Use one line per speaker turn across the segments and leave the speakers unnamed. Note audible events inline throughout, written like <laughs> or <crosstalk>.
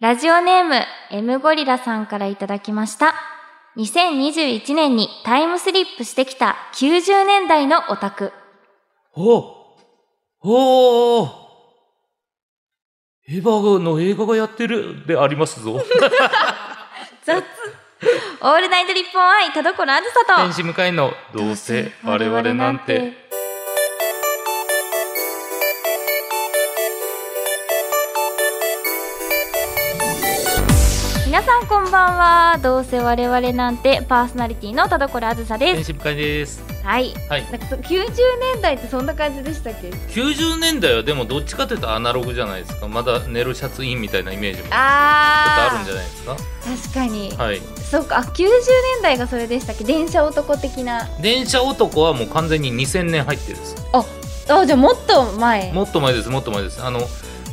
ラジオネーム M ゴリラさんからいただきました。2021年にタイムスリップしてきた90年代のオタク。
おおーエヴァの映画がやってるでありますぞ。
雑オールナイト日本愛田所あずさ
天
と
使向かいのどうせ <laughs> 我々なんて。
皆さんこんばんはどうせ我々なんてパーソナリティの田所あずさです
天使向かいです。
はい
はい。
なんかそ90年代ってそんな感じでしたっけ
90年代はでもどっちかというとアナログじゃないですか。まだネロシャツインみたいなイメージもちょっと
あ
あるんじゃないですか。
確かに、
はい。
そうかあ90年代がそれでしたっけ電車男的な
電車男はもう完全に2000年入ってるんです。
あじゃあもっと前
もっと前です、もっと前です。あの、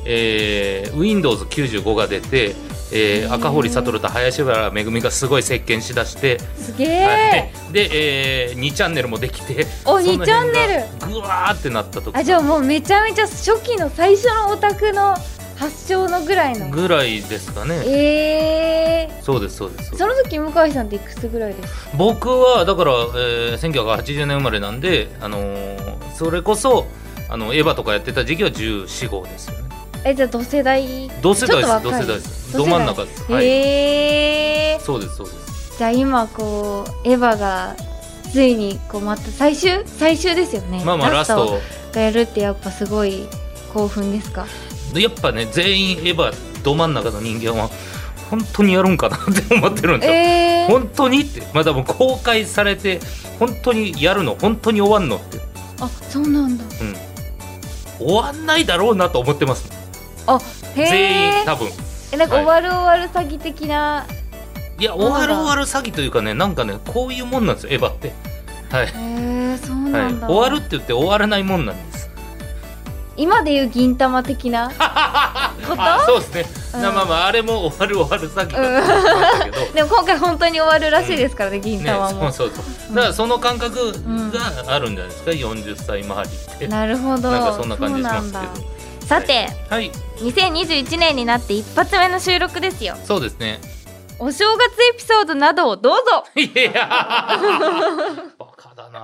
えー、Windows95 が出て、えー赤堀悟と林原めぐみがすごい席巻しだして、
すげ
はい
え、
で、えー、2チャンネルもできて
お
その辺
2チャンネル
ぐわーってなった時
あじゃあもうめちゃめちゃ初期の最初のオタクの発祥のぐらいの
ぐらいですかね
ええ
そうですそうですそうで
その時向井さんっていくつぐらいで
す
す
僕はだから、えー、1980年生まれなんで、あのーそれこそあのエヴァとかやってた時期は1415ですよね
えじゃあ同世代
同世代で
ちょっ
す同
と若
世代
い
です
同
ど
世代
真ん中です、はい
へえ
そうですそうです
じゃあ今こうエヴァがついにこうまた最終最終ですよね
まあまあラスト
がやるってやっぱすごい興奮ですか
やっぱね全員エヴァど真ん中の人間は本当にやるんかなって思ってるんですよ、
えー、
本当にってまだもう公開されて本当にやるの本当に終わんのって、
あそうなんだ
うん、終わんないだろうなと思ってます
あへ
全員
え
多分
えなんか
はい
終わる終わる詐欺的な、
いや終わる終わる詐欺というかねなんかねこういうもんなんですよエヴァってはい、
へえそう
は、
ないんだ、
終わるって言って終わらないもんなんです
今でいう銀玉的な
あそうですね、
うん
まあまああれも終わる終わる詐欺だ
う
っ
ん
た
<laughs>
んだけど、
でも今回本当に終わるらしいですからね、銀
ね
玉も、
そうそうそうだからその感覚があるんじゃないですか、40歳周りって
なるほど
なんかそんな感じしますけ
そう
ど
なんだ
さて、
はい
2021年になって一発目の収録ですよ
そうですね
お正月エピソードなどをどうぞ
いやバカだな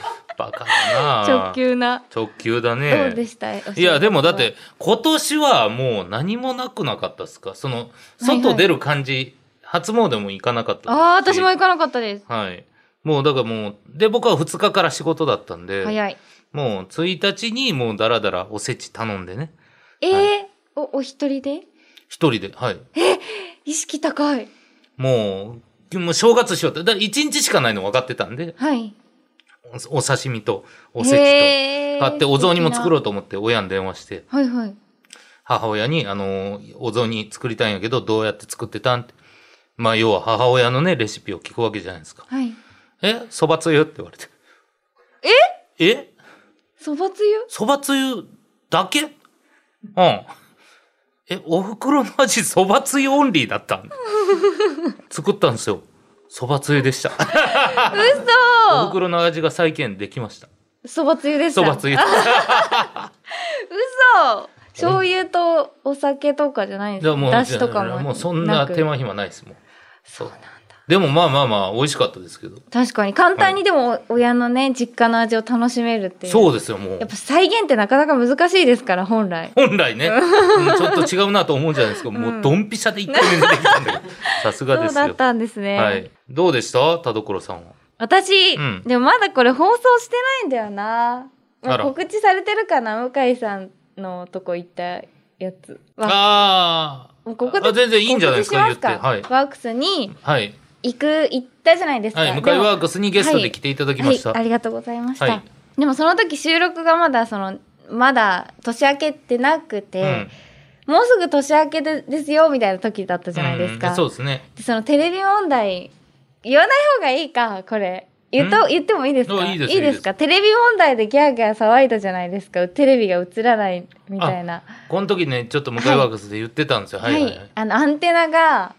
<laughs>
バカだな
直球な、
直球だね
どうでしたい
いやでもだって今年はもう何もなくなかったっすかその
はいはい
外出る感じ、初詣も行かなかった
ああー
です
私
し
も行かなかったです
はいもうだからもうで僕は2日から仕事だったんで
早い
もう1日にもうダラダラおせち頼んでね
えー
は
おお一人で
一人ではい
意識高い
もうもう正月しようってだから1日しかないの分かってたんで
はい
おお刺身とおせち
へ
と
ー
買ってお雑煮も作ろ
素
うと思って親に電話して
敵なはいはい
母親に、あの、お雑煮作りたいんやけど、どうやって作ってたんって。まあ、要は母親のね、レシピを聞くわけじゃないですか。
はい
えそばつゆって言われて。ええ
そばつゆ
そばつゆだけうん。え、お袋の味、そばつゆオンリーだった
<laughs>
ん作ったんですよ。そばつゆでした。お
嘘
袋の味が再現できました。
そばつゆでした
そばつゆ。
嘘醤油とお酒とかじゃないんです
じゃあ
か
もう、
だしとかも
もうそんな
く
手間暇ないですもん。
そうなんだ
でもまあまあまあ、美味しかったですけど。
確かに簡単にでもお親のね実家の味を楽しめるっていう
そうですよ、もう
やっ。ぱ再現ってなかなか難しいですから本来
本来
<laughs>
ね、うんちょっと違うなと思うじゃないですか。
ん
もうドンピシャで一回目出てきたんだけど、さすが
そ
で
う
す
だっ
よ。
たんですね、
はい。どうでした田所さんは。
私、
うん
でもまだこれ放送してないんだよなも
あ
う
ら
告知されてるかな向井さんのとこ行ったやつは
あ
もう
あ
告知
あ、全然いいんじゃないですか、言
告
っ。
知してますか
はい。
ワークスに
はい。
行く行ったじゃないですか、
はい。向井
でも
ワークスにゲストで来ていただきました。
はい、ありがとうございました、
はい
でもその時収録がまだそのまだ年明けてなくて、もうすぐ年明けでですよみたいな時だったじゃないですか、
うんそうですね。
でそのテレビ問題言わない方がいいかこれ言と
ん
言ってもいいですか
あいいです
かテレビ問題でギャーギャー騒いだじゃないですかテレビが映らないみたいな
この時ね、ちょっと向井ワークスで言ってたんですよ。はい。はいはい
あのアンテナが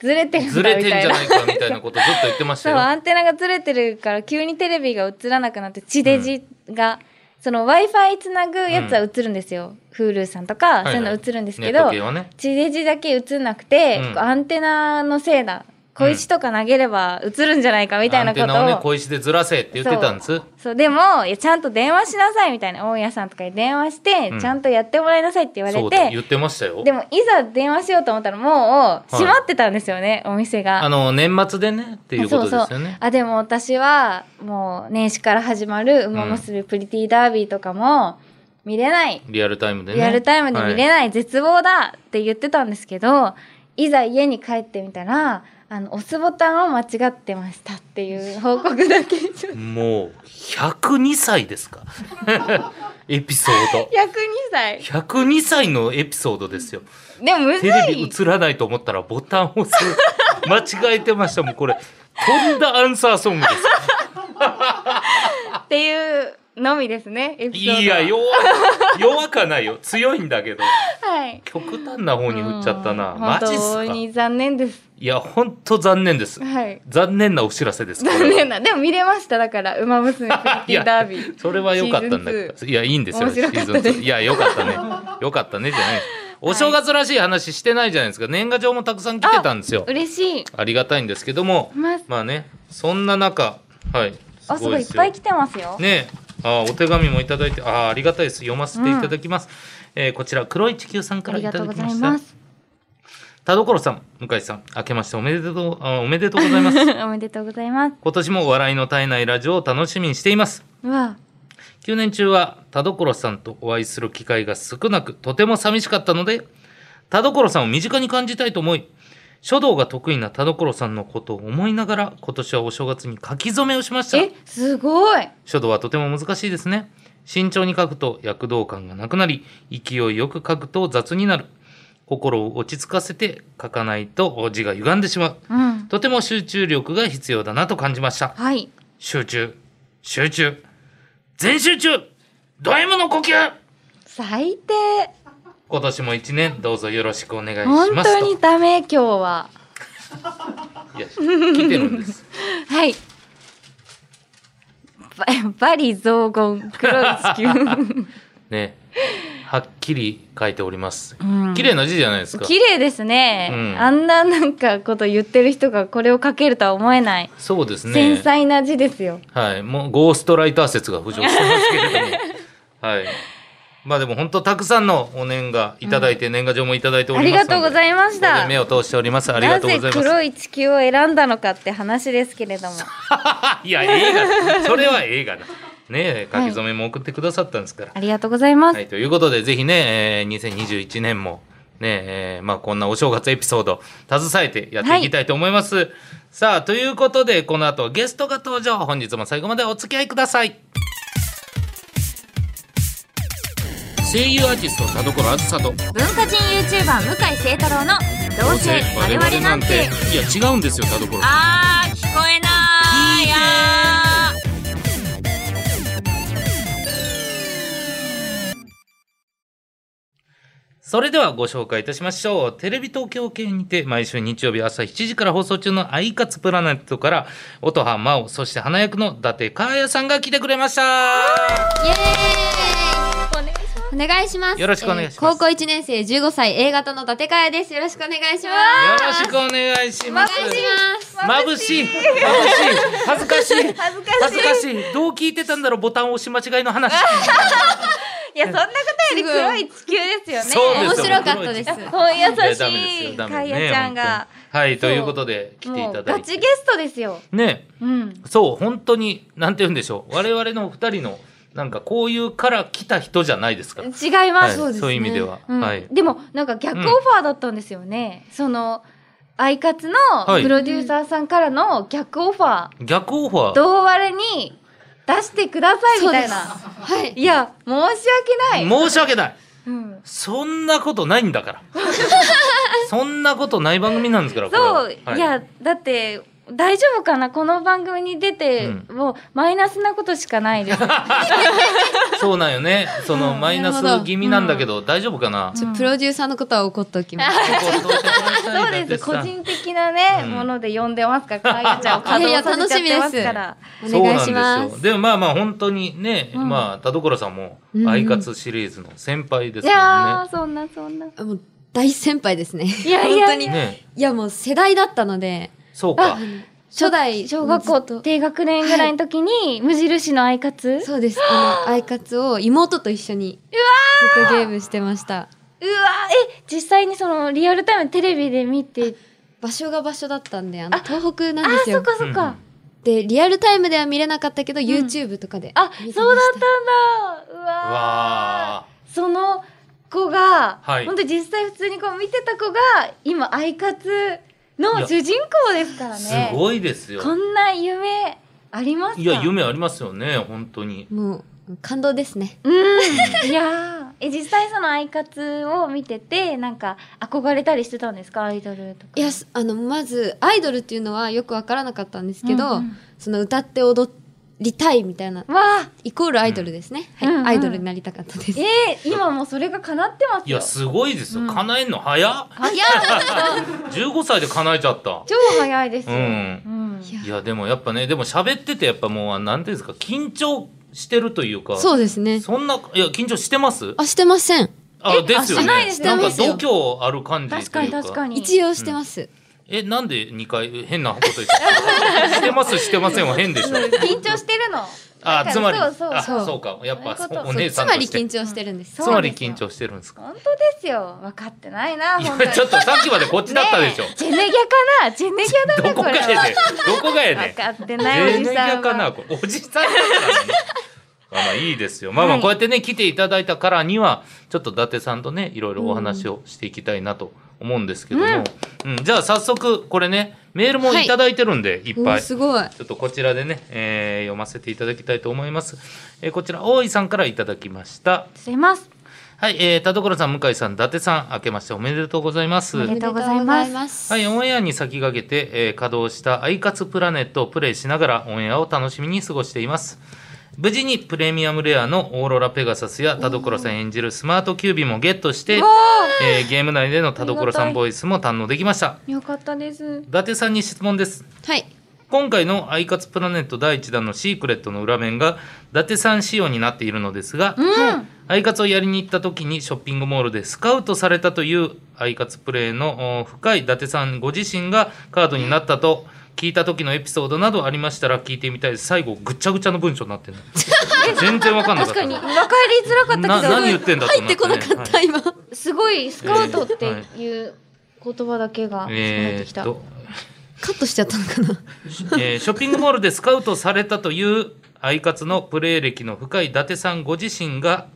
ずれてるん
ず
だ
れ
み
てんじ
たい
ゃ
な
ないかみたいなことずっと言ってまし
<laughs> そ
た
う
よ。
アンテナがずれてるから急にテレビが映らなくなって地デジが、その w i f i つなぐやつは映るんですよ、Hulu さんとか、
いはい
そういうの映るんです
ネ
け
ット
ど
系はね
地デジだけ映んなくて、
うん
こうアンテナのせいだ小石とか投げれば映るんじゃないかみたいなこ
アンテナをね
とを、
小石でずらせって言ってたんです
そうでもいやちゃんと電話しなさいみたいな大家さんとかに電話して、
うん
ちゃんとやってもらいなさいって言われ
そうだ
て
言ってましたよ
でもいざ電話しようと思ったらもう閉まってたんですよね、お店が。
あの年末でねっていうことですよね
そうそうあでも私はもう年始から始まる「馬娘プリティダービー」とかも見れない、
リアルタイムでね
リアルタイムで見れ
はい
ない、絶望だって言ってたんですけどいざ家に帰ってみたらあの押すボタンを間違ってましたっていう報告だけちょっ <laughs> と
もう102歳ですか <laughs> エピソード
102歳
102歳のエピソードですよ
でもむず
テレビ
い
映らないと思ったらボタンを押す間違えてましたもうこれとんだアンサーソングです
っていうのみですねエピソードはい
や弱弱かないよ強いんだけど
はい
極端な方に振っちゃったな
うん
マジっす
本
か
当
い
に残念です
や本当残念です
はい
残念なお知らせですこれは
残念なでも見れましただから「馬娘プリティダービー」
それは良かったんだ
シー
け
ズ
どいやいいんですよ
面白かったです
シーズン2いや良かったね良かったねじゃないお正月らしい話してないじゃないですか年賀状もたくさん来てたんですよ
嬉しい
ありがたいんですけども
ます
まあねそんな中はい
あすごいい
で
っ
すよ
ぱい来てますよ、 <laughs>
ねえあお手紙もいただいてあありがたいです読ませていただきます、えーこちら黒い地球さんか
あ
ら
り
いただ
がとうご
き
ざ
ま
い
し
ま
た
す
田所さん向井さん明けましておめでとうあおめでとうございます
<laughs> おめでとうございます
今年も笑いの絶えないラジオを楽しみにしています
うわ
9年中は田所さんとお会いする機会が少なくとても寂しかったので田所さんを身近に感じたいと思い書道が得意な田所さんのことを思いながら今年はお正月に書き初めをしました
えすごい
書道はとても難しいですね慎重に書くと躍動感がなくなり勢いよく書くと雑になる心を落ち着かせて書かないと字が歪んでしまう
うん
とても集中力が必要だなと感じました
はい
集中集中全集中ド M の呼吸
最低
今年も一年どうぞよろしくお願いし
本
ます
当
と
にダメ今日はい
や来てるんです
はいババリ雑言黒い地球
<laughs> ねはっきり書いております
うん
綺麗な字じゃないですか
綺麗ですね、
うん
あんななんかこと言ってる人がこれを書けるとは思えない、
そうですね
繊細な字ですよ
はい、もうゴーストライター説が浮上してますけれ
<laughs>
ども、はい。まあでも本当たくさんのお年賀いただいて、年賀状もいただいてお
あ
り
り
ま
が
すので。
とうございまし
本当
た
に目を通しております。ありがとうござい
なぜ
ます。
黒い地球を選んだのかって話ですけれども
<laughs> いや映画だ、それは映画だ。ねえ、書き初めも送ってくださったんですから。は
ありがとうございま
い、
す、
ということでぜひね、えー2021年もねえーまあこんなお正月エピソード携えてやっていきたいと思います。さあということでこの後ゲストが登場。本日も最後までお付き合いください。声優アーティスト田所あずさと
文化人 YouTuber 向井聖太郎の「どうせ我々なんて
いや違うんですよ田所」
あー聞こえないやー
それではご紹介いたしましょうテレビ東京系にて毎週日曜日朝7時から放送中の「アイカツプラネット」から音羽真央そして花役の伊達かあやさんが来てくれました
イエー
お願いします
イお願
よろ
いします
しくお願いします
えー高校一年生15歳 A 型の伊達かやですよろしくお願いしま
よろしくお願いします
すお願いします
眩しい眩しい恥ずかしい恥ずかしいどう聞いてたんだろうボタンを押し間違いの話
いやそんなことより黒い地球ですよね
そう
面
ですよ
白かったです
<laughs> こういう
いや
優
ダメです
し
よ
い
ダメ
かやちゃ
ね
んが、
本当にはいと
そう
いうことで来てい
も
た
う
だ
ガ
い
チ
て
ゲストですよ。
ね
うん。
そう本当になんて言うんでしょう我々のお二人のなんかこういうから来た人じゃないですか
違います。
はいそういう意味では
うん
はい
でもなんか逆オファーだったんですよね。そのアイカツの
はい
プロデューサーさんからの逆オファー、
逆オファー
同割れに出してくださいみたいな。
はい
いや申し訳ない。
申し訳ない
うん
そんなことないん
<laughs>
だからそんなことない番組なんですからこれは
そう、、
はい
やだって大丈夫かなこの番組に出て、もうマイナスなことしかないです。
そうなんよね。その
うん
マイナ
なるほど
ス気味なんだけど、大丈夫かな。
ちょプロデューサーのことは怒っておきます。
そ
そうです。個人的なね、
うん
もので呼んで
<laughs>
ますから、かやちゃんを稼働させちゃってますから。
お願いします。
でもまあまあ本当にね、
うん
まあ田所さんも
うん
アイカツシリーズの先輩です
い
もんね。
やー、そんなそんな。 <laughs>
もう大先輩ですね。
いやいや
本当に。
ね、
いやもう世代だったので、
そうか。
初代
小学校と低学年ぐらいの時に無印のアイカツ
そうです。あの、アイカツを妹と一緒に、ずっとゲームしてました。
うわーえ実際にそのリアルタイムテレビで見て
場所が場所だったんで、あの、東北なんです
そっ
よ。
かそっか、
で、リアルタイムでは見れなかったけど、YouTube とかで。
あ
見てました
そうだったんだう
うん
わー
わ
その子が、
はい
本当実際普通にこう見てた子が今アイカツの主人公ですから
あ、
ね
すごいですよ。
こんな夢ありますか
いや夢ありますよね、本当に。
もう、感動ですね。
うんいやーえ実際そのアイカツを見ててなんか憧れたりしてたんですかアイドルとか
いや、すあの、まず、アイドルっていうのはよくわからなかったんですけど、
うんうん
その、歌って踊りたいみたいな、
わあ
イコールアイドルですね。
うん
はい、
うんうん
アイドルになりたかったです。
えー、今もうそれが叶ってますよ
いやすごいですよ。
うん
叶えんの早っ。
早い
15歳で叶えちゃった。
超早いですよ、
うん
うん
いや
いやでもやっぱねでも喋っててやっぱもうなんていうんですか緊張してるというか。
そうですね。
そんないや緊張してます？
あ、してません。
あですよ
あし
ね。
ないです
なんか
してま
度
す
胸ある感じという
確かに確かに
一応してます。
えなんで二回変なこと言ってた <laughs> してますしてませんは変でしょ。
緊張してるの
<laughs> あつまり
そうそう
あ
そう
そうかやっぱ
そういうこと
お
そう
姉
つ
さんと
まり
して
緊張してるんです。
つまり緊張してるんですか。
本当ですよ分かってないない本当に
やちょっとさっきまでこっちだったでしょ
ね。えジェネギャかなジェネギャだ
<laughs> ど
な
こ
こ
が
れ
や
は
ねどこがやね
分。かってないお
全
じ
然
さ
逆
ん
かな
は
これおじさんだからね。あまあいいですよ。まあまあ
はい
こうやってね来ていただいたからにはちょっと伊達さんとねいろいろお話をしていきたいなと思うんですけども、うんじゃあ早速これねメールもいただいてるんで、い、っ
お
ぱ
ー
い。
すごい。
ちょっとこちらでね、えー読ませていただきたいと思います。えーこちら大井さんからいただきました。
すいます
はい、えー田所さん、向井さん、伊達さん、明けましておめでとうございます。
おめでとうございます
おめでとうございます
はい、オンエアに先駆けて、えー稼働したアイカツプラネットをプレイしながらオンエアを楽しみに過ごしています。無事にプレミアムレアのオーロラペガサスや田所さん演じるスマートキュービーもゲットして、えーゲーム内での田所さんボイスも堪能できました。
よかったです
伊達さんに質問です。
はい。
今回の「アイカツプラネット」第1弾のシークレットの裏面が伊達さん仕様になっているのですが、
うん
アイカツをやりに行った時にショッピングモールでスカウトされたというアイカツプレイのお深い伊達さんご自身がカードになったと聞いた時のエピソードなどありましたら聞いてみたいです最後ぐっちゃぐちゃの文章になってる全然わかんなかっ
確
た
かに分かりづらか
な
った
何
け
言ってんだと
入ってこなか
は
っ
い
た、今。
どすごいスカウトっていう言葉だけが入っ
え
てき
ー
た、
っと
カットしちゃったのかな。
えーショッピングモールでスカウトされたというアイカツのプレイ歴の深い伊達さんご自身が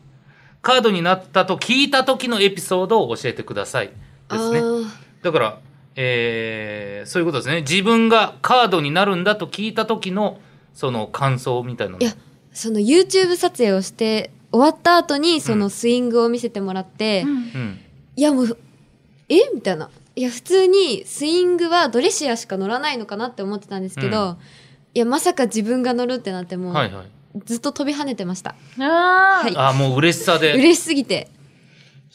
カードになったと聞いた時のエピソードを教えてくださいですね
ー
だから、えーそういうことですね自分がカードになるんだと聞いた時のその感想みたいなの
いや、その YouTube 撮影をして、終わった後にそのスイングを見せてもらって、
うん
うん、
いやもう、えみたいな。いや、普通にスイングはドレシアしか乗らないのかなって思ってたんですけど、
う
いや、まさか自分が乗るってなってもう、
はいはい
ずっと飛び跳ねてました。
あー
あーもう嬉しさで
嬉しすぎて。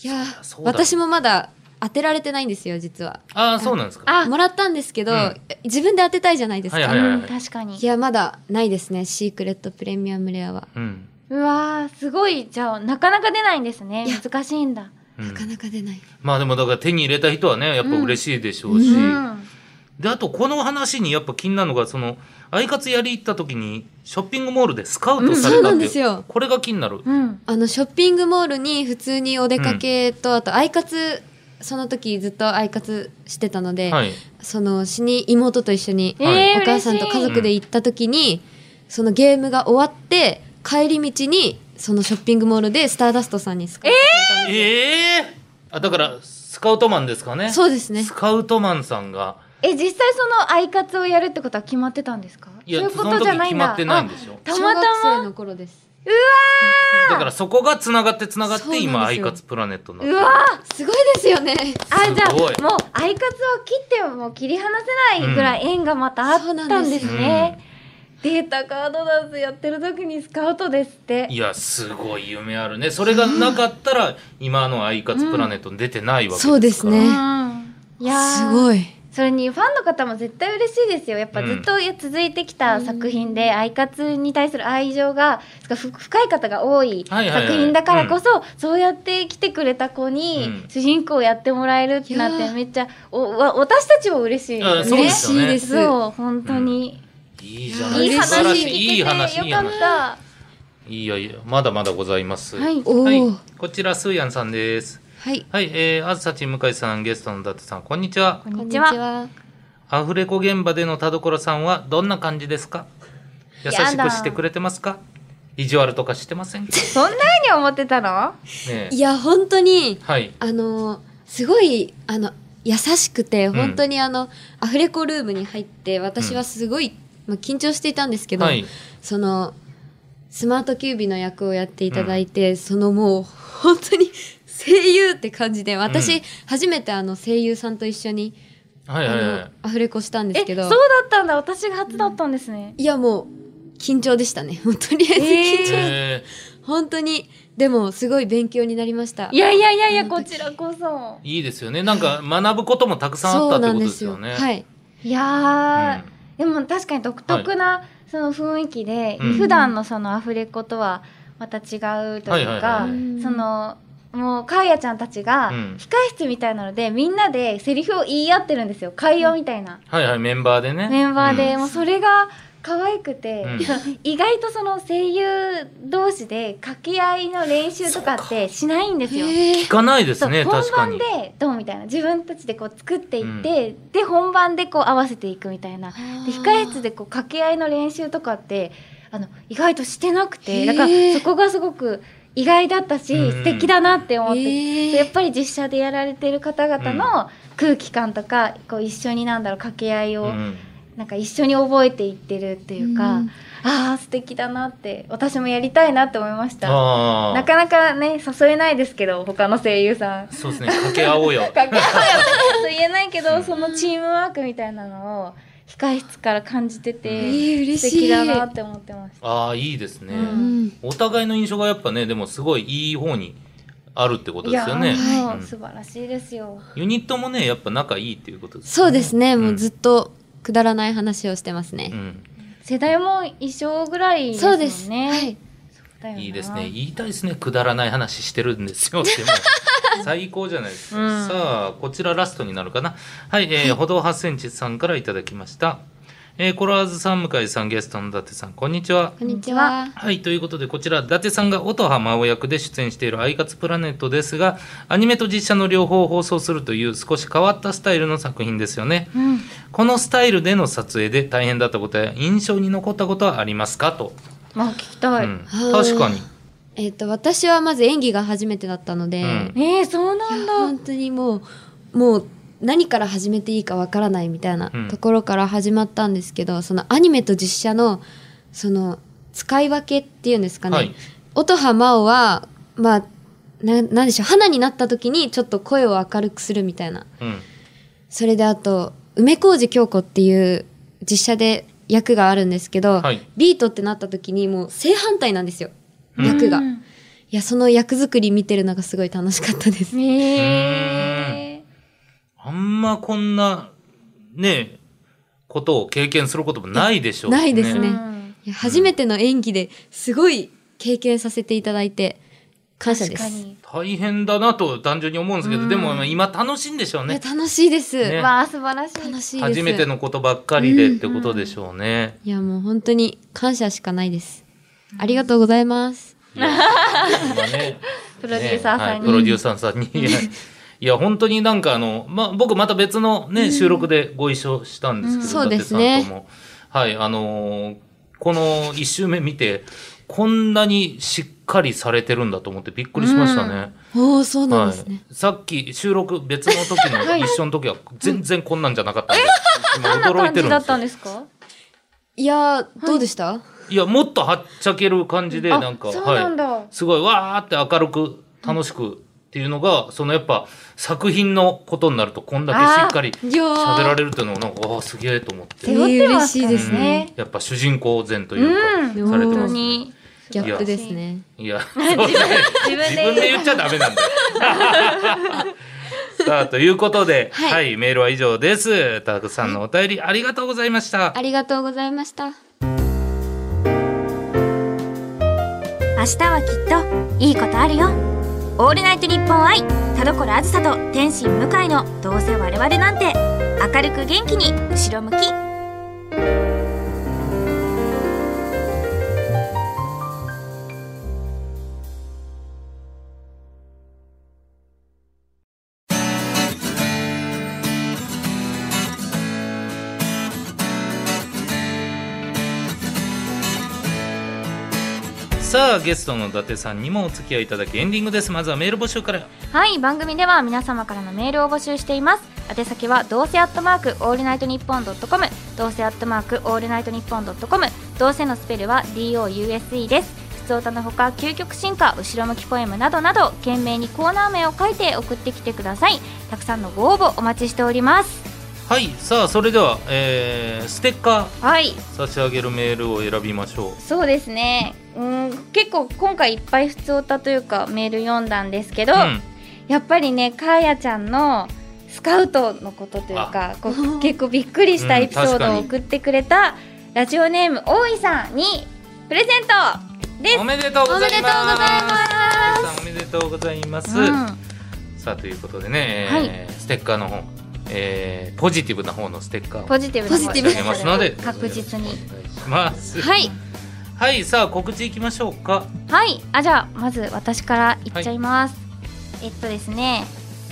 いやー
そうだ
私もまだ当てられてないんですよ、実は。
ああそうなんですか
あ
もらったんですけど、
うん
自分で当てたいじゃないです
は
か。
い
い
はいはい
うん確かに
や、まだないですね、シークレットプレミアムレアは。
うん、
うわーすごいじゃあなかなか出ないんですね
いや
難しいんだ
うん
なかなか出ない。
まあでもだから手に入れた人はねやっぱ嬉しいでしょうし、
うん
であとこの話にやっぱ気になるのがそのアイカツやり行った時にショッピングモールでスカウトさ
そ
れ
う
た
な
っ
ん
て
で
い
す
う、
よ。
これが気になる、
うん
あの、ショッピングモールに普通にお出かけと、あと、アイカツ、その時ずっとアイカツしてたので、
はい
その、死に妹と一緒に、
はい
えー、
お母さんと
嬉しい
家族で行った時に、そのゲームが終わって、帰り道に、そのショッピングモールでスターダストさんにスカウトされたんですよ
ええあだからスカウトマンですかね
そうですね
ス。カウトマンさんが
え実際そのアイカツをやるってことは決まってたんですか
いや
そういうことじゃないんだ
その時決まってないんでしょ
たまた
小学生
ま
の頃です。
だからそこがつながってつながっ
そうな
て
んですよ
今アイカツプラネットになって
う
る
わ
すごいですよね。
あじゃあ
す
も
ご
う
い
アイカツを切っても切り離せないぐらい縁がまたあった
そうな
ん
んで
ですす
よ
ね、データカードダンスやってる時にスカウトですって
いやすごい夢あるねそれがなかったら今の「アイカツプラネット」に出てないわけですから、
そうですね
うんいや
す
い
ごい。
それにファンの方も絶対嬉しいですよやっぱずっと続いてきた作品で、アイカツに対する愛情がふ深い方が多い
はいはいはい
作品だからこそ、そうやって来てくれた子に
うん
主人公をやってもらえるってなっ
いや
て
ー
めっちゃおわ私たちも嬉しい
あ
です
そう
よ
で
ね。
すよね
嬉しいです
そう本当に、
いいじゃない
いい
素晴
話
ら
聞
し
けて
いいい話いい
よかっ
話
た。
いいよいいよまだまだございます
はい
おお、
はい
は
こちらスーヤンさんです
い。
はいえー、あずさちん向井さんゲストの伊達さんこんにちは
こんにちは。
アフレコ現場での田所さんはどんな感じですか優し
や
く
だ
してくれてますか意地悪とかしてませんか、ね
そんな風に思ってたの？
え
<laughs> いや本当に
はい
あのすごいあの優しくて
ん
本当にあの、アフレコルームに入って私はすごい、まあ、緊張していたんですけど、
はい
そのスマートキュービの役をやっていただいて、そのもう本当に声優って感じで私、
うん
初めてあの声優さんと一緒に、
はいはい
あ
は
のアフレコしたんで
え
す
そ
け
う
ど
だったんだ私が初だったんですね。
いやもう緊張でしたね <laughs> とりあえず緊
い、
張、
え
本当にでもすごい勉強になりました
いやいやいやいやこちらこそ。
ーいいですよねなんか学ぶこともたくさんあっ
そ
た
う
って
なん
こと
で
です
すよ
よね
はい
いやー、
うん
でも確かに独特なその雰囲気で、
うん
普段のそのアフレコとはまた違うと
は
いう
いはい
か、
はい
そのもうかやちゃんたちが
うん
控室みたいなので、みんなでセリフを言い合ってるんですよ会話みたいな、
はいはいメンバーでね
メンバーで、
うん
もうそれが可愛くて、
うん
<laughs> 意外とその声優同士で掛け合いの練習とかってしないんですよ。
へえ
聞かないです
そう
ね
本
確か
番
に
でどうみたいな自分たちでこう作っていって、で本番でこう合わせていくみたいなで控室でこう掛け合いの練習とかってあの意外としてなく
へー
てだからそこがすごく意外だったし、
うん
素敵だなって思って、
へー
でやっぱり実写でやられてる方々の空気感とかこう一緒になんだろう掛け合いを、
うん
なんか一緒に覚えていってるっていうか、
うん
ああ素敵だなって私もやりたいなって思いました。
あ
な
あ
かなかね誘えないですけど他の声優さん
<laughs> そうですね掛け合おうよ
かけ合うと <laughs> 言えないけどそのチームワークみたいなのを控室から感じて
え
て、
ー、嬉し
素
い
敵だなって思ってまし
ああいいですね、
うん
うん
お互いの印象がやっぱねでもすごいいい方にあるってこと
た。
ですよね
いやも
う
うん素晴らしいですよ。
ユニットもねやっぱ仲いいっていうことです
そうですね、もうずっ
と、
とくだらない話をしてます
う
ね。
ん
世代も一緒ぐらいです
そ
も
うんです。
ね。
はい。
だよな
うんいいですね言いたいですねくだらない話してるんですよってもう最高じゃないですか、
うん
さあこちらラストになるかなはい、えー、歩道8センチさんからいただきましたえー、コラーズさん向井さんゲストの伊達さんこんにちは
こんにちは。
はい、ということで、こちら、伊達さんが音羽真央役で出演しているアイカツプラネットですが、アニメと実写の両方を放送するという少し変わったスタイルの作品ですよね。
うん、
このスタイルでの撮影で大変だったことや印象に残ったことはありますかと。
まあ聞きたい。
うん、確かに。
えっ、と私はまず演技が初めてだったので、
うん
えー、そうない
や
ん
本
だ。
当にもうもう何から始めていいかわからないみたいな
うん
ところから始まったんですけど、そのアニメと実写のその使い分けっていうんですかね。
はい
音羽真央はまあななんでしょう花になった時にちょっと声を明るくするみたいな
うん。
それであと梅小路京子っていう実写で役があるんですけど、
はい
ビートってなった時にもう正反対なんですよ
うん
役が、
う
い
ん
やその役作り見てるのがすごい楽しかったです、
えー
あんまこんな、ね、ことを経験することもないでしょう、
ないです
う
ね
ん
いや初めての演技ですごい経験させていただいて感謝で
確か
す
に。
大変だなと単純に思うんですけど、
うん
でも今楽しいんでしょう
いや
ね。
楽しいです、
ね
わあ素晴らしい。
楽しいです
初めてのことばっかりでってことでしょうね。
いやもう本当に感謝しかないですありがとうございます
いや今ね
プロデューサーさ
ねはい
んに
プロデューサーさんに。いやいや本当になんかあの、まあ、僕また別の、ね収録でご一緒したんですけど、
うんそうですね
伊達さんともはいあのーこの1周目見てこんなにしっかりされてるんだと思ってびっくりしましたね。
おおそうなんですね、
はい、さっき収録別の時の一緒の時は全然こんなんじゃなかったんで、
どんな
今驚い
感
て
じ
るん
だ
で
っ
すよ
たんですか？
いやーどうでした、
いやもっとはっちゃける感じでなんか
あそうなんだ、
はい、すごいわーって明るく楽しくっていうのが、そのやっぱ作品のことになるとこんだけしっかり
いやー
喋られるっていうのがなんかあーすげえと思って
背負ってますから
嬉しいです
ね。
うんやっぱ主人公前というか、
うん
され
本
てま
当
すね
に。
ギャップですね。
いやそうですね
自分
自分で言っちゃダメなんだよ。さあということで、は、
はいい
メールは以上です。たくさんのお便りありがとうございました。
ありがとうございました。
明日はきっといいことあるよオールナイトニッポン愛田所あずさと天心向井のどうせ我々なんて明るく元気に後ろ向き
さあゲストの伊達さんにもお付き合いいただきエンディングです。まずはメール募集から。
はい番組では皆様からのメールを募集しています宛先はどうせアットマークオールナイトニッポンドットコムどうせアットマークオールナイトニッポンドットコムどうせのスペルは DOUSE です普通歌のほか究極進化後ろ向きポエムなどなど懸命にコーナー名を書いて送ってきてくださいたくさんのご応募お待ちしております
はいさあそれでは、えーステッカ
はい、
ー差し上げるメールを選びましょう。
そうですね。うん、結構今回いっぱい普通歌というかメール読んだんですけど、
うん
やっぱりね、かあやちゃんのスカウトのことというか、こう結構びっくりしたエピソ
う
ー
ん確か
ド
に
を送ってくれたラジオネーム大井さんにプレゼントです。
おめでとうございます。おめでとうございます。
うん
さあということでね、えーステッカーの方、えーポジティブな方のステッカーを
ポジティブな
ポジティブ
差し上げますので
確実に。
お願いします。
はい。
はい、さあ告知いきましょうか。
はい、あじゃあまず私からいっちゃいます。えっとですね、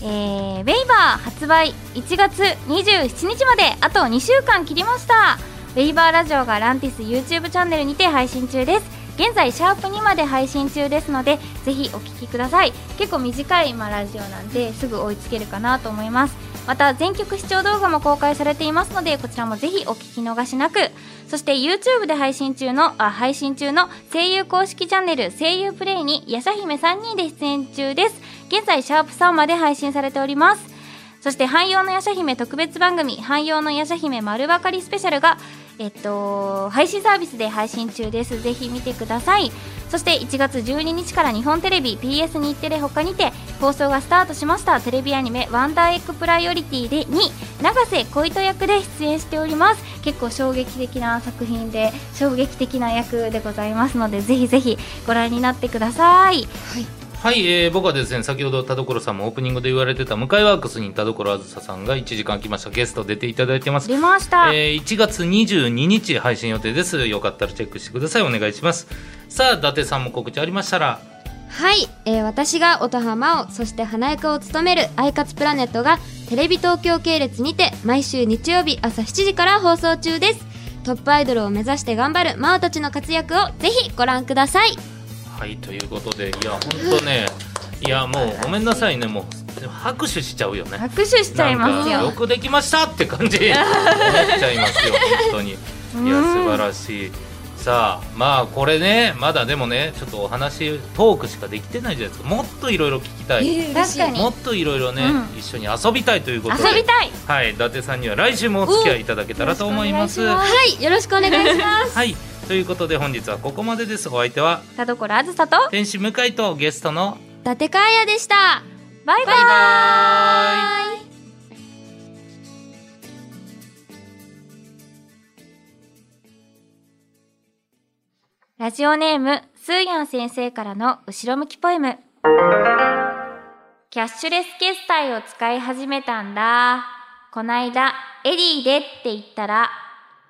えー、ウェイバー発売1月27日まであと2週間切りました。ウェイバーラジオがランティス YouTube チャンネルにて配信中です。現在シャープ2まで配信中ですのでぜひお聞きください結構短い今ラジオなんですぐ追いつけるかなと思いますまた全曲視聴動画も公開されていますのでこちらもぜひお聞き逃しなくそして YouTube で配信中のあ配信中の声優公式チャンネル声優プレイにやさひめ3人で出演中です現在シャープ3まで配信されておりますそして汎用のやしゃ姫特別番組汎用のやしゃ姫丸ばかりスペシャルがえっと配信サービスで配信中ですぜひ見てくださいそして1月12日から日本テレビ BS 日テレ他にて放送がスタートしましたテレビアニメ「ワンダーエッグプライオリティ」でに永瀬恋人役で出演しております結構衝撃的な作品で衝撃的な役でございますのでぜひぜひご覧になってください
はい、えー僕はですね、先ほど田所さんもオープニングで言われてた向井ワークスに田所あずささんが1時間来ましたゲスト出ていただいてます。
出ました、
えー1月22日配信予定です。よかったらチェックしてください。お願いします。さあ、伊達さんも告知ありましたら、
はい、えー私が音羽真央そして花役を務める「アイカツプラネット」がテレビ東京系列にて毎週日曜日朝7時から放送中ですトップアイドルを目指して頑張る真央たちの活躍をぜひご覧ください
はい、ということで、いや、本当ね、いや、もうごめんなさいね、もう拍手しちゃうよね。
拍手しちゃいます
なんか
よ
よ。くできましたって感
<laughs>
じ思っちゃいますよ本当にいや素晴らしいさあまあこれねまだでもねちょっとお話トークしかできてないじゃないですかもっといろいろ聞きたい、
確かに
もっといろいろね、
う
一緒に遊びたいということで
遊びたい
はい伊達さんには来週もお付き合いいただけたらと思います
およろしくお願いし
はいよろしくお願いします
はいということで本日はここまでですお相手は
田所あずさと
天使向井とゲストの
伊達かあやでした
バイバイラジオネーム、スーヤン先生からの後ろ向きポエム。キャッシュレス決済を使い始めたんだ。こないだ、エリーでって言ったら、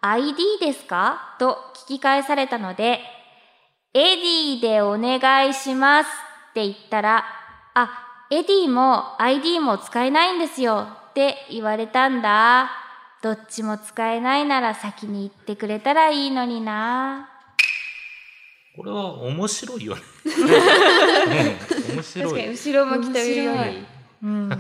ID ですかと聞き返されたので、エディでお願いしますって言ったら、あ、エディも ID も使えないんですよって言われたんだ。どっちも使えないなら先に言ってくれたらいいのにな。
これは面白いよね、うん面白
確かに
い
後ろ向きというより
面白
は。
い
うん